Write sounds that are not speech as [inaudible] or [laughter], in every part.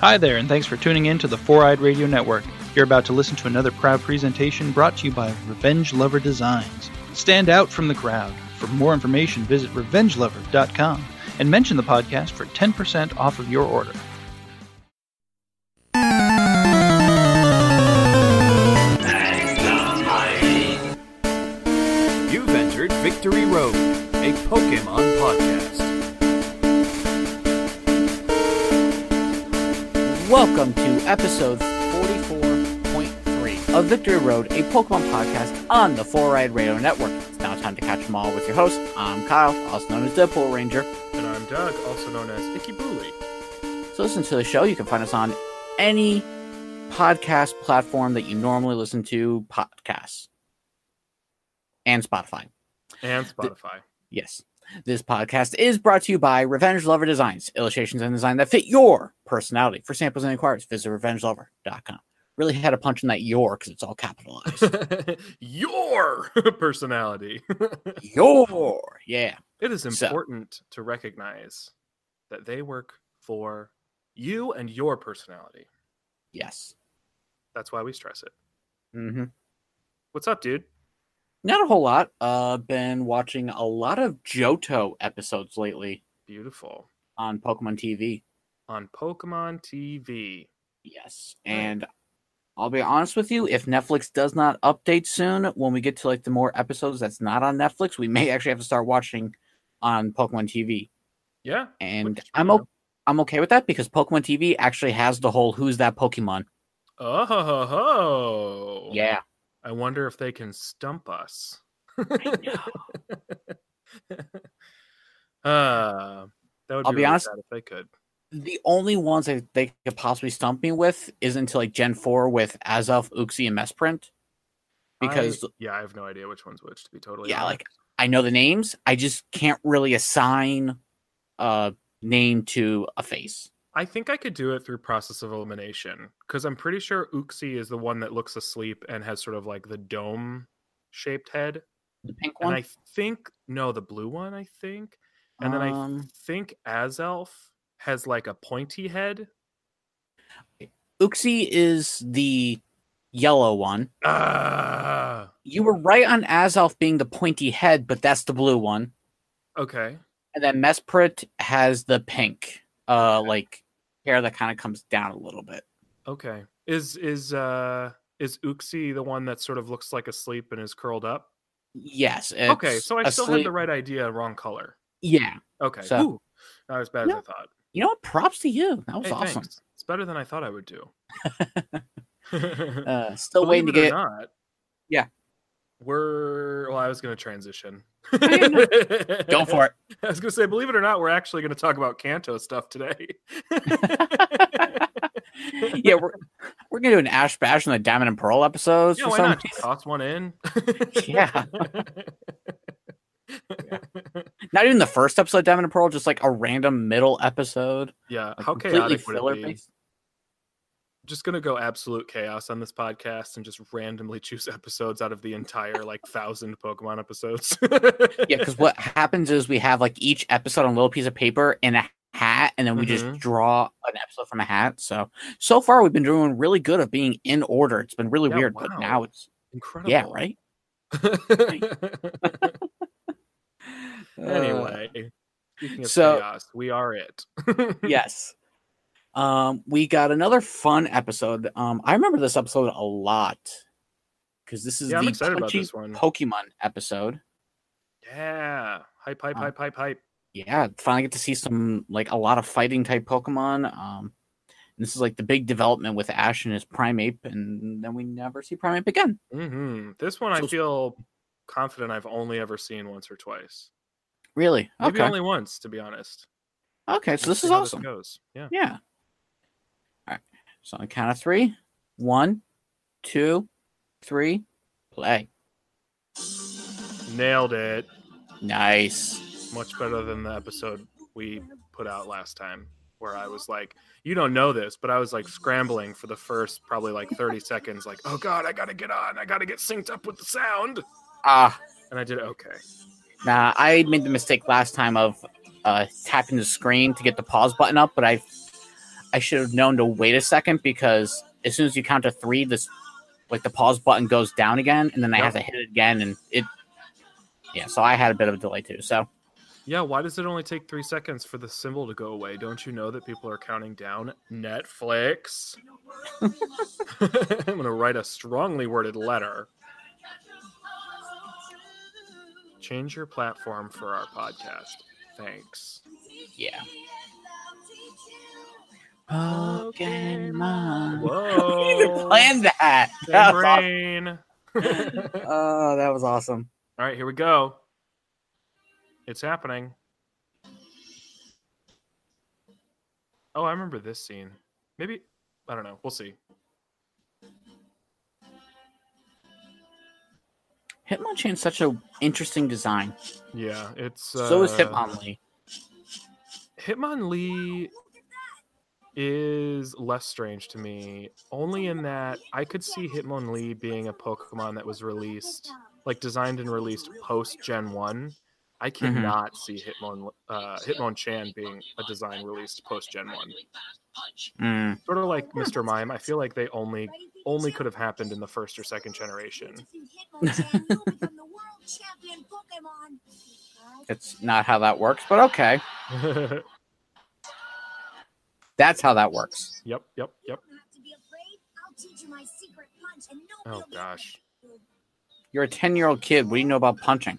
Hi there, and thanks for tuning in to the Four Eyed Radio Network. You're about to listen to another proud presentation brought to you by Revenge Lover Designs. Stand out from the crowd. For more information, visit revengelover.com and mention the podcast for 10% off of your order. You've entered Victory Road, a Pokemon podcast. Welcome to episode 44.3 of Victory Road, a Pokemon podcast on the Four Eyed Radio Network. It's now time to catch them all with your host. I'm Kyle, also known as Deadpool Ranger. And I'm Doug, also known as Ikibuli. So listen to the show. You can find us on any podcast platform that you normally listen to podcasts and Spotify. And Spotify. Yes. This podcast is brought to you by Revenge Lover Designs, illustrations and design that fit your personality. For samples and inquiries, visit revengelover.com. Really had a punch in that your because it's all capitalized. [laughs] [laughs] Your [laughs] personality. [laughs] your yeah it is So- important to recognize that they work for you and your personality. yes That's why we stress it. hmm What's up, dude? not a whole lot uh been watching a lot of johto episodes lately Beautiful. on pokemon tv On Pokemon TV. yes and i'll be honest with you if netflix does not update soon when we get to like the more episodes that's not on netflix we may actually have to start watching on pokemon tv Yeah. and Which, i'm you o- i'm okay with that because pokemon tv actually has the whole who's that pokemon Oh, ho, ho, ho. yeah I wonder if they can stump us. [laughs] uh, that would I'll be, be really honest- sad if they could. the only ones that they could possibly stump me with is into like Gen 4 with Azov, Uxie, and Mesprint. I- Because yeah, I have no idea which one's which. To be totally Yeah, honest. like, I, know the names. I just can't really assign a name to a face. I think I could do it through process of elimination because I'm pretty sure Uxie is the one that looks asleep and has sort of like the dome shaped head. The pink And one. I think, no, the blue one, I think. And then I Um, think Azelf has like a pointy head. Uxie is the yellow one. Ah, You were right on Azov being the pointy head, but that's the blue one. okay. And then Mesprit has the pink, uh, like hair that kind of comes down a little bit. Okay. Is, is, uh, is Uxie the one that sort of looks like asleep and is curled up? Yes. okay, it's so I a still had sle- the right idea, wrong color. Yeah. Okay, So- Ooh, not as bad No, as I thought. You know what? Props to you. That was Hey, awesome. thanks. It's better than I thought I would [laughs] do. Uh, still [laughs] Believe waiting to it or get. not, Yeah. We're well. I was going to transition. yeah, [laughs] no. [laughs] Go for it. I was going to say, believe it or not, we're actually going to talk about Kanto stuff today. yeah, we're we're gonna do an Ash Bash and the Diamond and Pearl episodes. yeah, for why some not? Just reason. toss one in. [laughs] [laughs] Yeah. Not even the first episode of Diamond and Pearl, just like a random middle episode. yeah. like, How chaotic would it be? based. Just going to go absolute chaos on this podcast and just randomly choose episodes out of the entire like thousand Pokemon episodes. Yeah, [laughs] because what happens is we have like each episode on a little piece of paper and a hat, and then we Mhm. just draw an episode from a hat. So so far we've been doing really good of being in order. It's been really Yeah, weird, but wow. now it's incredible. yeah, right. [laughs] [laughs] anyway, speaking of Uh, so- chaos, we are it. yes. Um, we got another fun episode. Um, I remember this episode a lot because this is Yeah, I'm the excited about punchy this one. Pokemon episode. yeah, hype, hype, Um, hype, hype, hype. Yeah, finally get to see some like a lot of fighting type Pokemon. Um, and this is like the big development with Ash and his Primeape, and then we never see Primeape again. hmm This one, I So- feel confident I've only ever seen once or twice, Really? maybe okay. only once, to be honest. okay, so Let's this see is how awesome. goes. Yeah. Yeah. All right. So on the count of three, one, two, three, play. nailed it. Nice. Much better than the episode we put out last time, where I was like, "You don't know this," but I was like scrambling for the first probably like 30 seconds, like, "Oh God, I gotta get on, I gotta get synced up with the sound," Ah, and I did okay. Nah, I made the mistake last time of uh, tapping the screen to get the pause button up, but I I should have known to wait a second because as soon as you count to three, this like the pause button goes down again, and then I Yep. have to hit it again, and it. Yeah, so I had a bit of a delay too. So Yeah, why does it only take three seconds for the symbol to go away? Don't you know that people are counting down Netflix? [laughs] I'm gonna write a strongly worded letter. Change your platform for our podcast. Thanks. yeah. [laughs] Pokemon. Whoa. You even planned that. Big That was awesome. brain. Oh, that was awesome. All right, here we go. It's happening. Oh, I remember this scene. Maybe I don't know. We'll see. Hitmonchan's such an interesting design. Yeah, it's so is uh, Hitmonlee. Hitmonlee is less strange to me, only in that I could see Hitmonlee being a Pokemon that was released, like designed and released post Gen One. I Mm-hmm. cannot see Hitmon uh, Hitmonchan being a design released post Gen One. Mm, Sort of like Mr. Mime. I feel like they only only could have happened in the first or second generation. it's not how that works, but okay. yep, That's how that works. yep, [laughs] yep. Oh gosh, You're a 10 year old kid. What do you know about punching?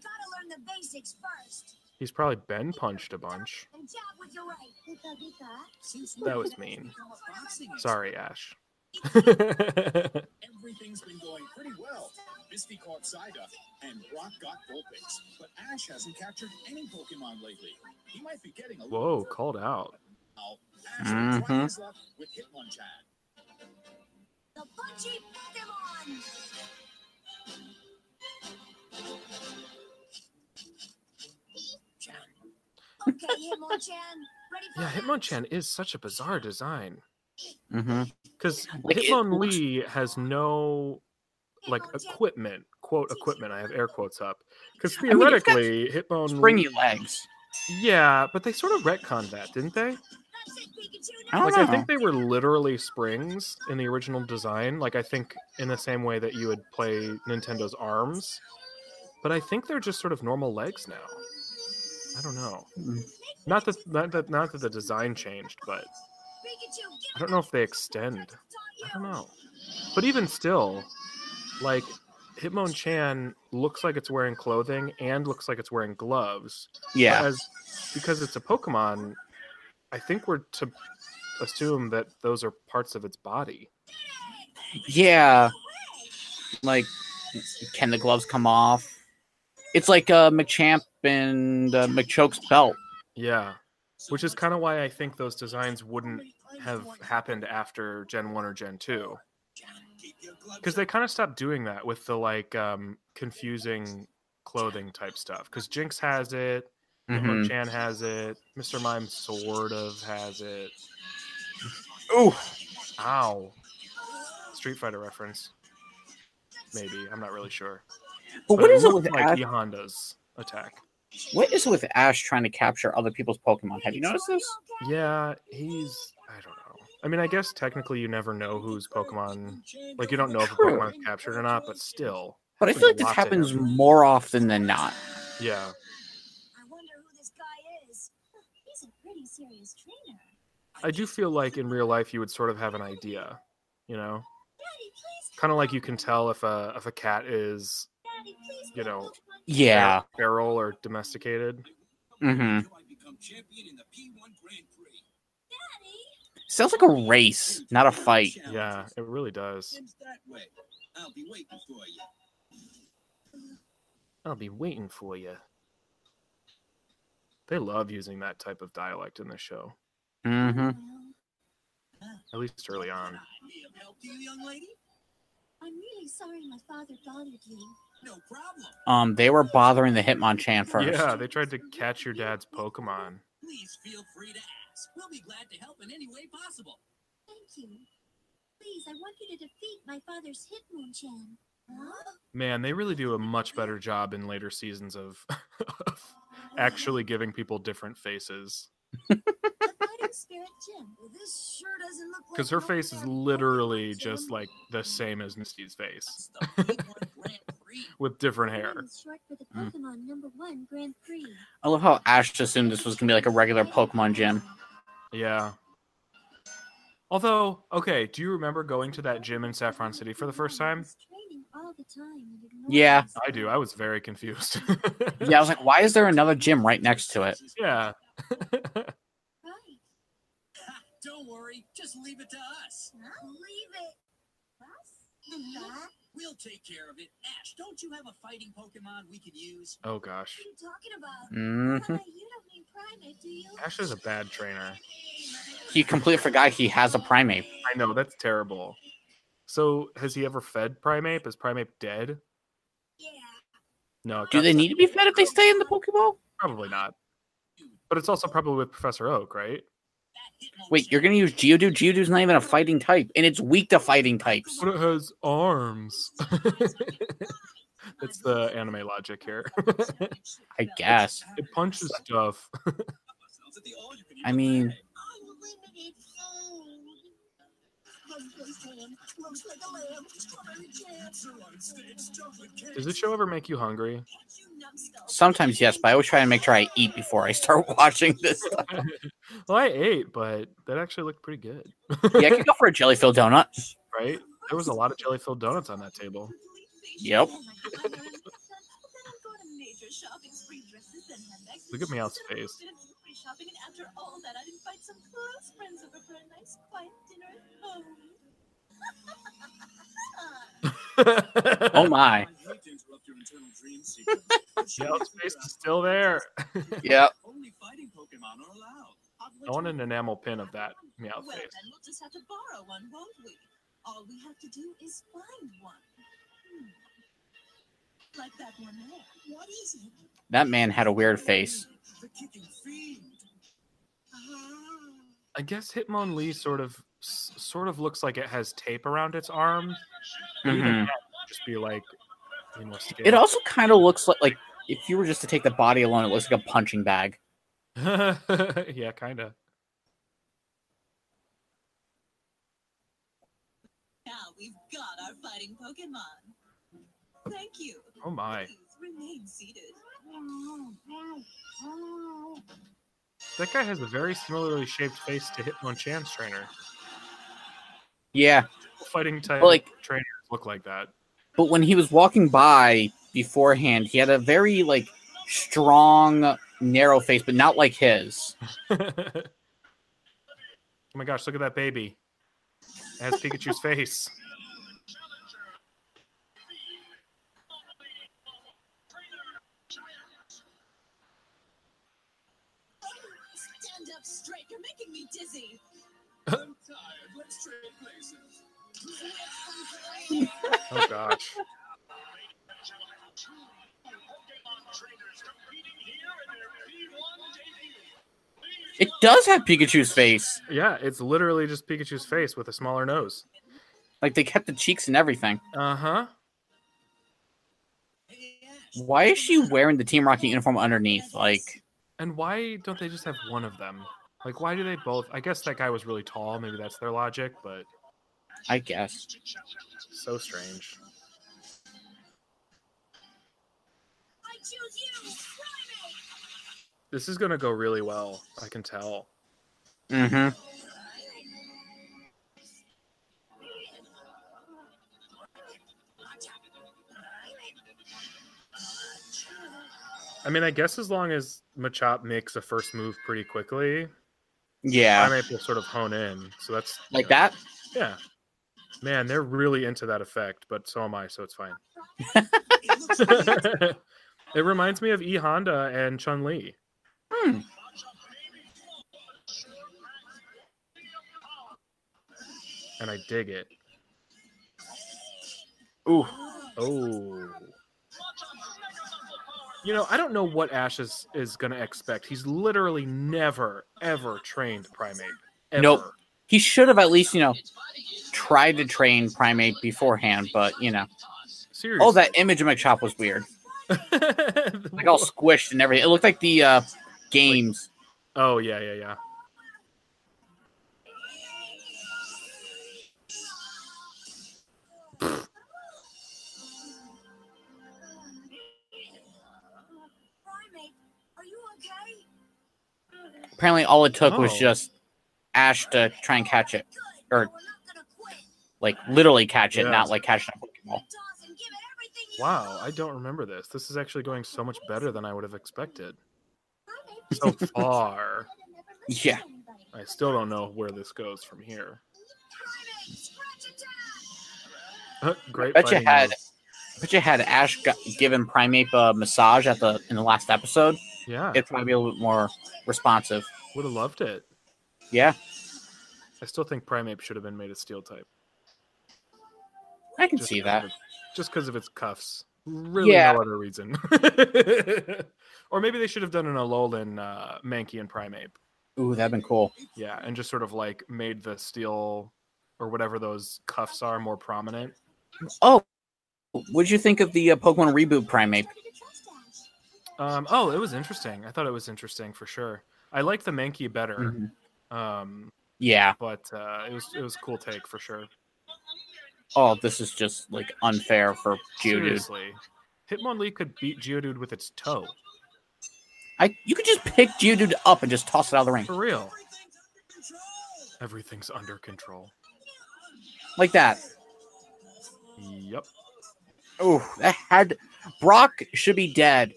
he's probably been punched a bunch. That was mean. Sorry, [laughs] Ash. Everything's been going pretty well. Misty caught Psyduck, and Brock got Vulpix, but Ash hasn't captured any Pokemon lately. He might be getting a Whoa, called out. Now, Ash will try Mhm. his luck with Hitmonchan. Okay, Hitmonchan, ready for Yeah, Hitmonchan is such a bizarre design hmm because Like, it Hitmonlee has no like Hitmonchan, equipment, quote equipment. I have air quotes up because mean, it's got theoretically, Hitmon Springy legs. Yeah, but they sort of retconned that, didn't they? that's it, Pikachu, I now. don't Like I know. think they were literally springs in the original design. Like I think in the same way that you would play Nintendo's arms, but I think they're just sort of normal legs now. I don't know. Mm. Not that not that not that the design changed, but Pikachu, get I don't know if they extend. I on don't you. know. But even still, like Hitmonchan looks like it's wearing clothing and looks like it's wearing gloves. Yeah. Whereas, because it's a Pokemon, I think we're to assume that those are parts of its body. Yeah. Like, can the gloves come off? It's like uh, McChamp and uh, McChoke's belt. Yeah. Which is kind of why I think those designs wouldn't have happened after Gen 1 or Gen 2. Because they kind of stopped doing that with the like um, confusing clothing type stuff. Because Jinx has it, Mhm. Chan has it. Mr. Mime sort of has it. Ooh. Ow. Street Fighter reference. Maybe. I'm not really sure. But what is it with looked Ash? like Yonda's attack? What is it with Ash trying to capture other people's Pokemon? Have you noticed this? Yeah, he's I don't know. I mean, I guess technically you never know whose Pokemon like you don't know if a True. Pokemon's captured or not, but still. But I feel like this Lots of happens them. more often than not. Yeah. I wonder who this guy is. He's a pretty serious trainer. I do feel like in real life you would sort of have an idea, you know? Daddy, please. Kind of like you can tell if a if a cat is Daddy, please. You know, Yeah. feral or domesticated. Mm-hmm. Until I become champion in the P1 Grand Prix. Sounds like a race, not a fight. Yeah, it really does. Seems that way. I'll be waiting for you. I'll be waiting for you. They love using that type of dialect in the show, Mm-hmm. at least early on. I may have helped you, young lady. I'm really sorry my father bothered you. No problem. Um, they were bothering the Hitmonchan first. Yeah, they tried to catch your dad's Pokemon. Please feel free to ask. We'll be glad to help in any way possible. Thank you. Please, I want you to defeat my father's Hitmonchan. Huh? Man, they really do a much better job in later seasons of, [laughs] of actually giving people different faces. The Fighting Spirit Gym. This sure does doesn't look like because her no face is damn literally Pokemon just team. like the same as Misty's face the [laughs] Pokemon Grand Prix. with different The hair. one is Short for the Mm. Pokemon number one Grand Prix. I love how Ash just assumed this was gonna be like a regular Pokemon gym. Yeah. Although, okay, do you remember going to that gym in Saffron City for the first time? It's training all the time and it Yeah. annoys I do. I was very [laughs] confused. Yeah, I was like, why is there another gym right next to it? yeah. me. Right. Don't worry, just leave it to us. Huh? Leave it. Us? What We'll take care of it. Ash, don't you have a fighting Pokemon we could use? Oh gosh. are you talking about? hmm Why, you don't mean primate, do you? Ash is a bad trainer. He completely forgot he has a primate. I know that's terrible. So, has he ever fed Primeape? Is Primeape dead? Yeah. No, it Do got- they need to be fed if they stay in the Pokeball? probably not. But it's also probably with Professor Oak, right? Wait, you're gonna use Geodude? Geodude's not even a fighting type, and it's weak to fighting types. But it has [laughs] arms. That's the anime logic here. [laughs] I guess. it punches stuff. I mean, I'm limited food. Husband's hand looks like a lamb. Strawberry jam. Does this show ever make you hungry? sometimes yes, but I always try and make sure I eat before I start [laughs] watching this stuff. Well, I ate, but that actually looked pretty good, Yeah, I could go for a jelly filled donut. right? There was a lot of jelly filled donuts on that table. Yep. Look at Meow's face. [laughs] [laughs] Oh my. Meow's face is still there. Yep. Only fighting Pokemon are allowed. I want an enamel pin of that Meow Well, face. then we'll just have to borrow one, won't we? All we have to do is find one. Hmm. Like that one there. What is it? That man had a weird face. The kicking fiend. Ah, I guess Hitmonlee sort of s- sort of looks like it has tape around its arms. Maybe the Mhm. cat would just be like, you know, scared. It also kind of looks like like if you were just to take the body alone, it looks like a punching bag. [laughs] yeah, kind of. Now we've got our fighting Pokemon. Thank you. Oh my, Please remain seated. that guy has a very similarly shaped face to Hitmonchan's trainer. Yeah, Fighting type Like- trainers look like that. but when he was walking by beforehand, he had a very like strong, narrow face, but not like his. [laughs] oh my gosh, look at that baby. It has Pikachu's face. Stand up straight. You're making me dizzy. I'm tired. Let's trade places. Oh gosh. It does have Pikachu's face. Yeah, it's literally just Pikachu's face with a smaller nose. Like they kept the cheeks and everything. Uh huh. Hey, Ash. Why is she wearing the Team Rocket uniform underneath? Like, And why don't they just have one of them? Like, why do they both? I guess that guy was really tall. Maybe that's their logic, but I guess. so strange. I choose you. This is going to go really well. I can tell. hmm I mean, I guess as long as Machop makes a first move pretty quickly, Yeah. Primate will sort of hone in. So that's Like that? Yeah. Man, they're really into that effect, but so am I, so it's fine. [laughs] [laughs] It looks like it reminds me of E Honda and Chun Li. Hmm. And I dig it. Ooh. Oh. You know, I don't know what Ash is, is going to expect. He's literally never, ever trained Primate. Ever. Nope. He should have at least, you know, tried to train Primate beforehand, but, you know. Seriously. Oh, that image of McChop was weird. [laughs] Like all squished and everything. It looked like the uh, games. oh, yeah, yeah, yeah. Apparently, all it took was Oh. just Ash [laughs] to try and catch it, or like literally catch it, Yeah. not like catch a Pokeball. Wow, I [laughs] don't remember this. This is actually going so much better than I would have expected [laughs] so [laughs] far. Yeah. I still don't know where this goes from here. [laughs] Great. Bet you fighting had- moves. But you had Ash got, given Primeape a massage at the in the last episode. Yeah, It'd probably be a little bit more responsive. would have loved it. Yeah, I still think Primeape should have been made a steel type. I can Just see 'cause that. of- just because of its cuffs. Really, Yeah. no other reason. [laughs] or maybe they should have done an Alolan uh, Mankey and Primeape. Ooh, that'd been cool. Yeah, and just sort of like made the steel or whatever those cuffs are more prominent. Oh, what'd you think of the uh, Pokemon reboot Primeape? Um, oh, it was interesting. I thought it was interesting for sure. I like the Mankey better, Mm-hmm. um, Yeah. but uh, it was it was a cool take for sure. Oh, this is just like unfair for Geodude. Seriously, Hitmonlee could beat Geodude with its toe I you could just pick Geodude up and just toss it out of the ring for real. Everything's under control. like that. Yep. Oh, that had Brock should be dead.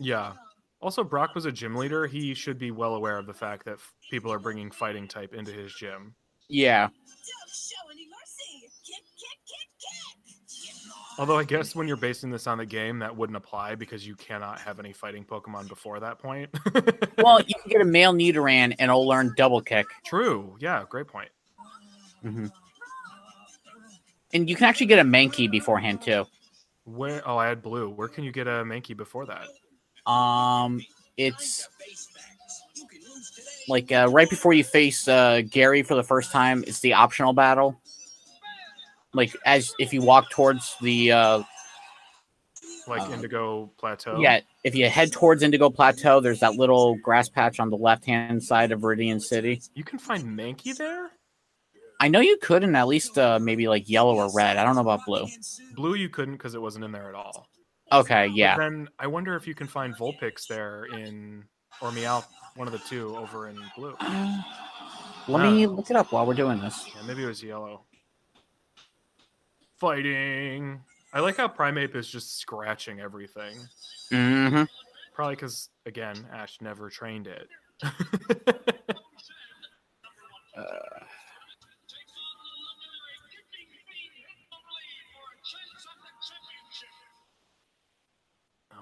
Yeah. Also, Brock was a gym leader. He should be well aware of the fact that f- people are bringing fighting type into his gym. Yeah. Don't show any mercy. Kick, kick, kick, kick. Although, I guess when you're basing this on the game, that wouldn't apply because you cannot have any fighting Pokemon before that point. Well, you can get a male Nidoran and it'll learn double kick. [laughs] True. Yeah. Great point. And you can actually get a Mankey beforehand too. Where? Oh, I had blue. Where can you get a Mankey before that? Um it's like uh, right before you face uh, Gary for the first time, it's the optional battle. Like as if you walk towards the uh, Like Uh, Indigo Plateau. Yeah, if you head towards Indigo Plateau, there's that little grass patch on the left hand side of Viridian City. You can find Mankey there. I know you could in at least uh, maybe like yellow or red. I don't know about blue. Blue, you couldn't because it wasn't in there at all. Okay, But yeah. then I wonder if you can find Vulpix there in or Meowth, one of the two over in blue. Let me look it up while we're doing this. Yeah, maybe it was yellow. Fighting. I like how Primeape is just scratching everything. hmm Probably because, again, Ash never trained it. [laughs]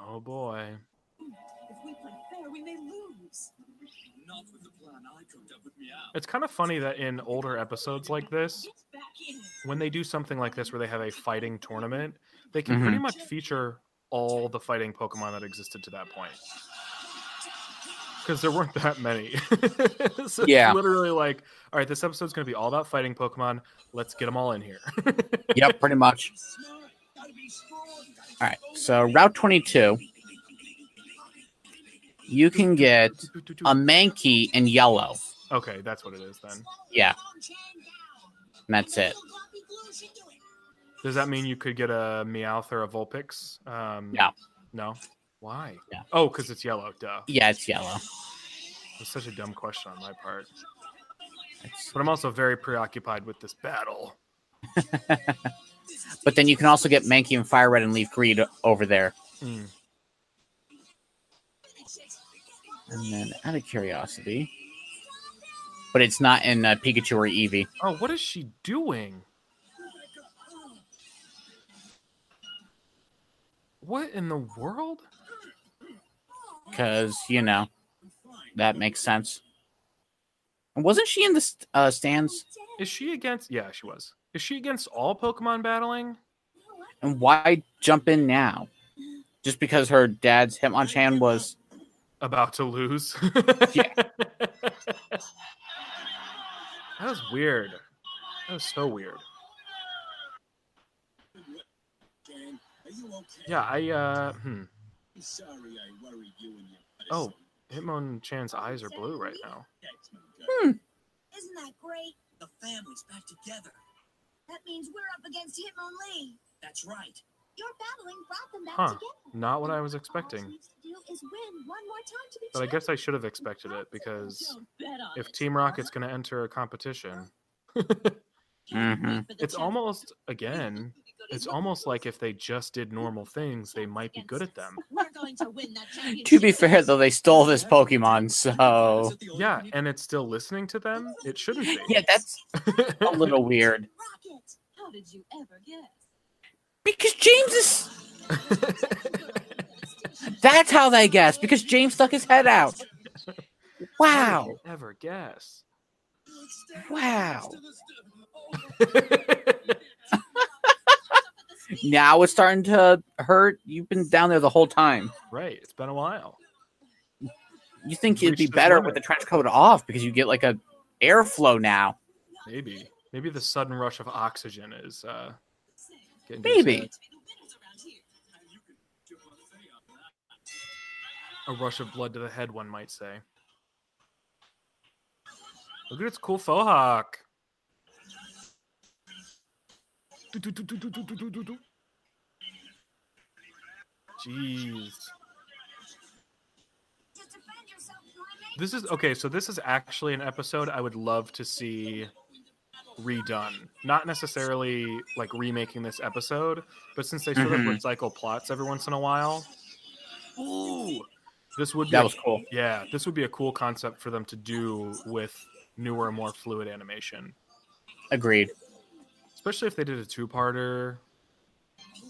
Oh boy. If we play fair, we may lose. Not with the plan I cooked up with Meow. It's kind of funny that in older episodes like this, Get back in. when they do something like this where they have a fighting tournament, they can pretty much feature all the fighting Pokemon that existed to that point. Because there weren't that many. [laughs] so Yeah. It's literally like, all right, this episode's going to be all about fighting Pokemon. Let's get them all in here. [laughs] Yep, pretty much. All right, so Route 22. You can get a Mankey in yellow. okay, that's what it is then. Yeah. And that's it. Does that mean you could get a Meowth or a Vulpix? Um, No. No? Why? No. Oh, because it's yellow. Duh. Yeah, it's yellow. It's such a dumb question on my part. But I'm also very preoccupied with this battle. But then you can also get Mankey and Fire Red and Leaf Green over there. Mm. And then, out of curiosity, but it's not in uh, Pikachu or Eevee. Oh, what is she doing? What in the world? because you know that makes sense. And wasn't she in the st- uh, stands? Is she against? Yeah, she was. Is she against all Pokemon battling? And why jump in now? Just because her dad's Hitmonchan was About to lose. [laughs] Yeah. That was weird. That was so weird. Dan, are you okay? Yeah, I uh hmm. I'm sorry I worried you and your Oh, Hitmonchan's eyes are blue right now. that's no good. Isn't that great? The family's back together. That means we're up against Hitmonlee. That's right. Your battling brought them back Huh. together. Not what I was All she expecting. needs to do is win one more time to be But I guess I champion. should have expected it because Don't bet on if it. Team Rocket's going to enter a competition, Mhm. it's almost, again, it's almost like if they just did normal things, they might be good at them. We're going to win that championship. To be fair, though, they stole this Pokemon, so Yeah, and it's still listening to them. It shouldn't be. yeah, that's a [laughs] little weird. Rocket, how did you ever guess? Because James is. That's how they guessed. Because James stuck his head [laughs] out. How Wow. did you Ever guess? Wow. I Now it's starting to hurt. You've been down there the whole time. [laughs] Right. It's been a while. You think it'd be Reached the better limit. with the trench coat off because you get like a airflow now. Maybe. Maybe the sudden rush of oxygen is uh getting to his Maybe. head. a rush of blood to the head, one might say. Look at its cool faux hawk. Do, do, do, do, do, do, do, do, do, do. Jeez. This is okay, so this is actually an episode I would love to see redone. Not necessarily like remaking this episode, but since they sort Mhm. of recycle plots every once in a while. Ooh. This would be That a was cool. yeah, this would be a cool concept for them to do with newer, more fluid animation, Agreed. especially if they did a two-parter.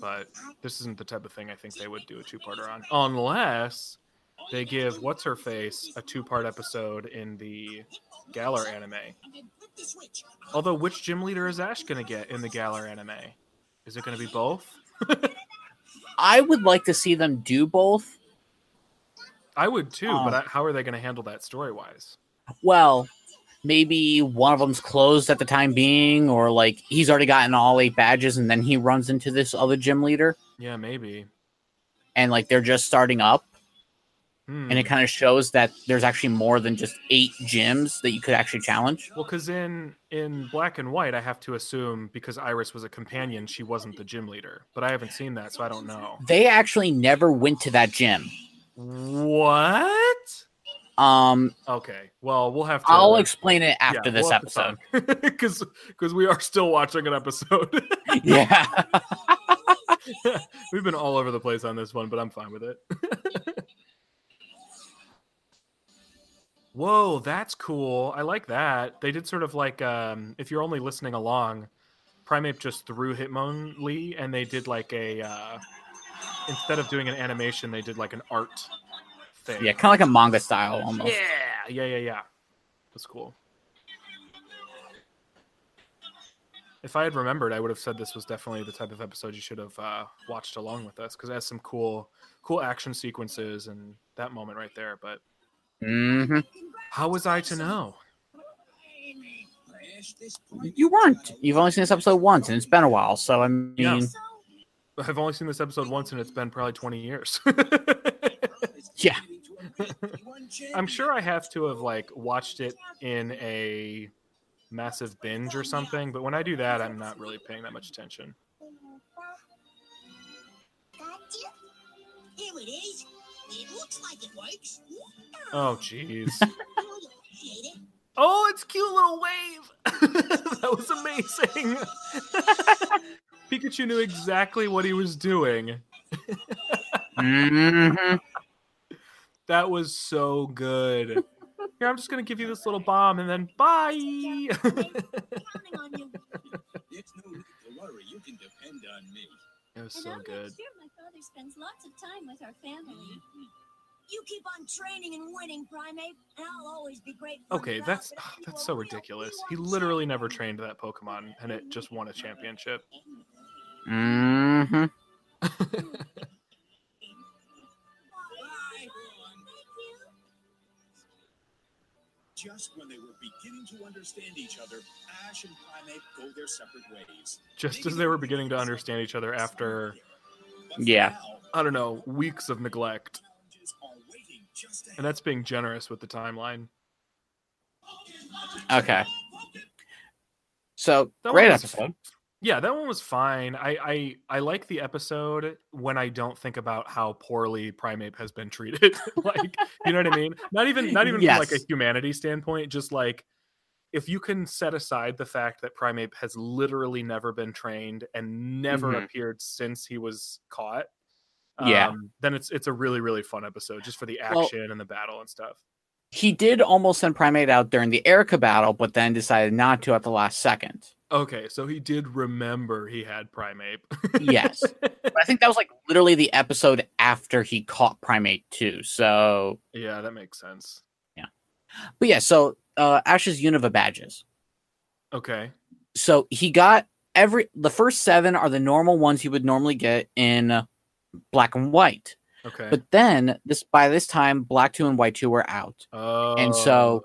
But this isn't the type of thing I think they would do a two-parter on, unless they give what's her face a two-part episode in the Galar anime. Although, which gym leader is Ash gonna get in the Galar anime? Is it gonna be both? I would like to see them do both. I would too, but Oh. I, how are they gonna handle that story-wise? Well, maybe one of them's closed at the time being, or like he's already gotten all eight badges and then he runs into this other gym leader Yeah, maybe. and like they're just starting up. Hmm. And it kind of shows that there's actually more than just eight gyms that you could actually challenge. Well, because in in black and white, I have to assume because Iris was a companion, she wasn't the gym leader. But I haven't seen that, so I don't know. They actually never went to that gym. What? Um, Okay. Well, we'll have to. uh, I'll explain it after this episode. [laughs] because because we are still watching an episode. [laughs] [laughs] yeah. We've been all over the place on this one, but I'm fine with it. [laughs] Whoa, that's cool. I like that. They did sort of like um, if you're only listening along, Primeape just threw Hitmonlee, and they did like a uh, instead of doing an animation, they did like an art thing. Yeah, kind of like a manga style almost. yeah, Uh, yeah, yeah, yeah. That's cool. If I had remembered, I would have said this was definitely the type of episode you should have uh, watched along with us because it has some cool, cool action sequences and that moment right there. But hmm how was I to know? [laughs] You weren't. You've only seen this episode once, and it's been a while. So I mean, Yeah. I've only seen this episode once, and it's been probably twenty years. [laughs] Yeah. I'm sure I have to have like watched [laughs] it in a massive binge or something. But when I do that, I'm not really paying that much attention. Here it is. It looks like it works. Oh, jeez. Oh, you hate it. Oh, it's cute little wave. [laughs] that was amazing. [laughs] Pikachu knew exactly what he was doing. Mhm. That was so good. Here, I'm just gonna give you this little bomb and then bye. Counting on you. It's no need to worry. You can depend on me. it was And so I'll good. make sure my father spends lots of time with our family. You keep on training and winning, Primate, and I'll always be grateful. and Okay, proud that's that [sighs] ah, you that's are so real ridiculous. He B1 literally never champion. trained that Pokemon and it just won a championship. Mhm. Bye, everyone. Just when they were beginning to understand each other, Ash and Primate go their separate ways. Just as they were beginning to understand each other after But Yeah. now, I don't know weeks of neglect, challenges are waiting just and that's being generous with the timeline. Okay. So That great was- episode. Yeah, that one was fine. I, I I like the episode when I don't think about how poorly Primate has been treated. [laughs] like, you know what I mean? Not even not even from like Yes. a humanity standpoint, just like if you can set aside the fact that Primate has literally never been trained and never Mhm. appeared since he was caught. Yeah. um, then it's it's a really really fun episode just for the Well- action and the battle and stuff. He did almost send Primate out during the Erica battle, but then decided not to at the last second. Okay, so he did remember he had Primate. [laughs] Yes. But I think that was like literally the episode after he caught Primate too. So, yeah, that makes sense. but yeah, so uh, Ash's Unova badges. Okay. So he got every the first seven are the normal ones he would normally get in black and white. Okay. But then this by this time, black two and white two were out. oh. so-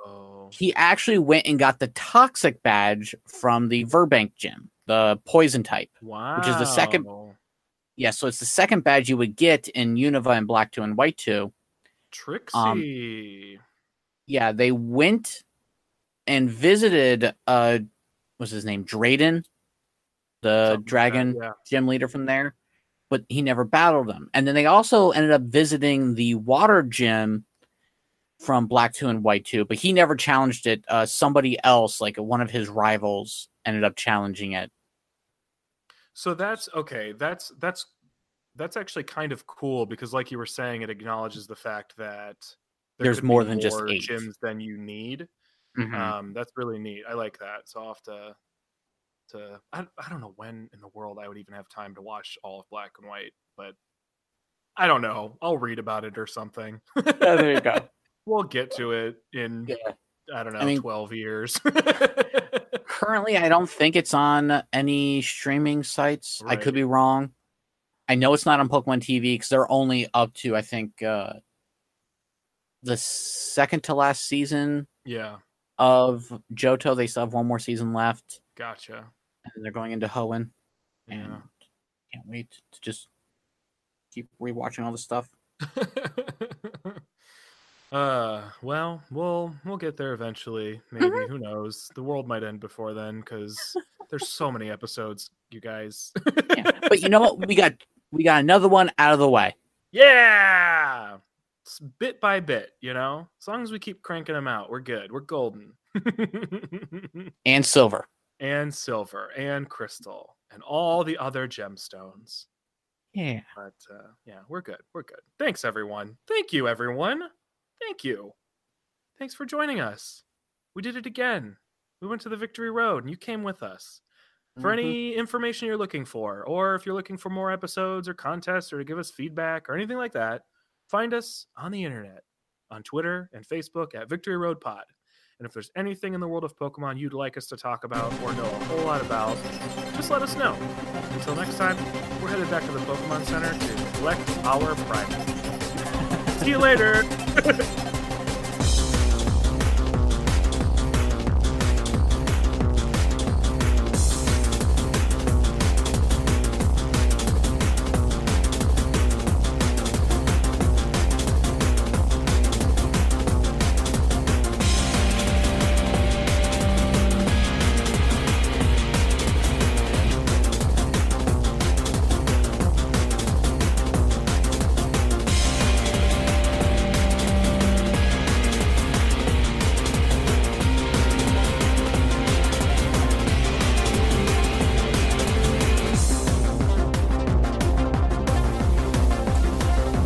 He actually went and got the toxic badge from the Verbank gym, the poison type. wow. is the second- Yeah, so it's the second badge you would get in Unova and Black Two and White Two. Trixie. uh, Yeah, they went and visited uh what's his name? Drayden, Something like the that, dragon yeah. gym leader from there, but he never battled them. And then they also ended up visiting the water gym from Black 2 and White 2, but he never challenged it. Uh, somebody else, like one of his rivals, ended up challenging it. So that's okay. That's that's that's actually kind of cool because, like you were saying, it acknowledges the fact that There's could be more than just more eight. Mm-hmm. gyms than you need. Um, that's really neat. I like that. So I'll have to. To I, I don't know when in the world I would even have time to watch all of Black and White, but I don't know. I'll read about it or something. there you go. we'll get to it in Yeah. I don't know, mean- 12 [laughs] years. Currently, I don't think it's on any streaming sites. I Right. could be wrong. I know it's not on Pokemon TV because they're only up to, I think, uh, the second to last season yeah, of Johto. They still have one more season left, gotcha. [laughs] and they're going into Hoenn. And Yeah. can't wait to just keep rewatching all this stuff. uh, well, we'll we'll get there eventually. Maybe Mm-hmm. who knows? The world might end before then because there's so many episodes, you guys. [laughs] Yeah. but you know what? We got we got another one out of the way. yeah, it's bit by bit, you know. As long as we keep cranking them out, we're good. We're golden. [laughs] And Silver. and silver and crystal and all the other gemstones. Yeah. But uh, yeah, we're good. We're good. Thanks, everyone. Thank you, everyone. Thank you. Thanks for joining us. We did it again. We went to the Victory Road and you came with us. For Mm-hmm. any information you're looking for, or if you're looking for more episodes or contests or to give us feedback or anything like that, find us on the internet, on Twitter and Facebook at Victory Road Pod. And if there's anything in the world of Pokemon you'd like us to talk about or know a whole lot about, just let us know. Until next time, we're headed back to the Pokemon Center to collect our prize. [laughs] See you later.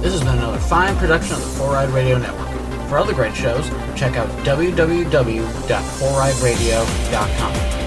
This has been another fine production of the Four Eyed Radio Network. For other great shows, check out www.foureyedradio.com.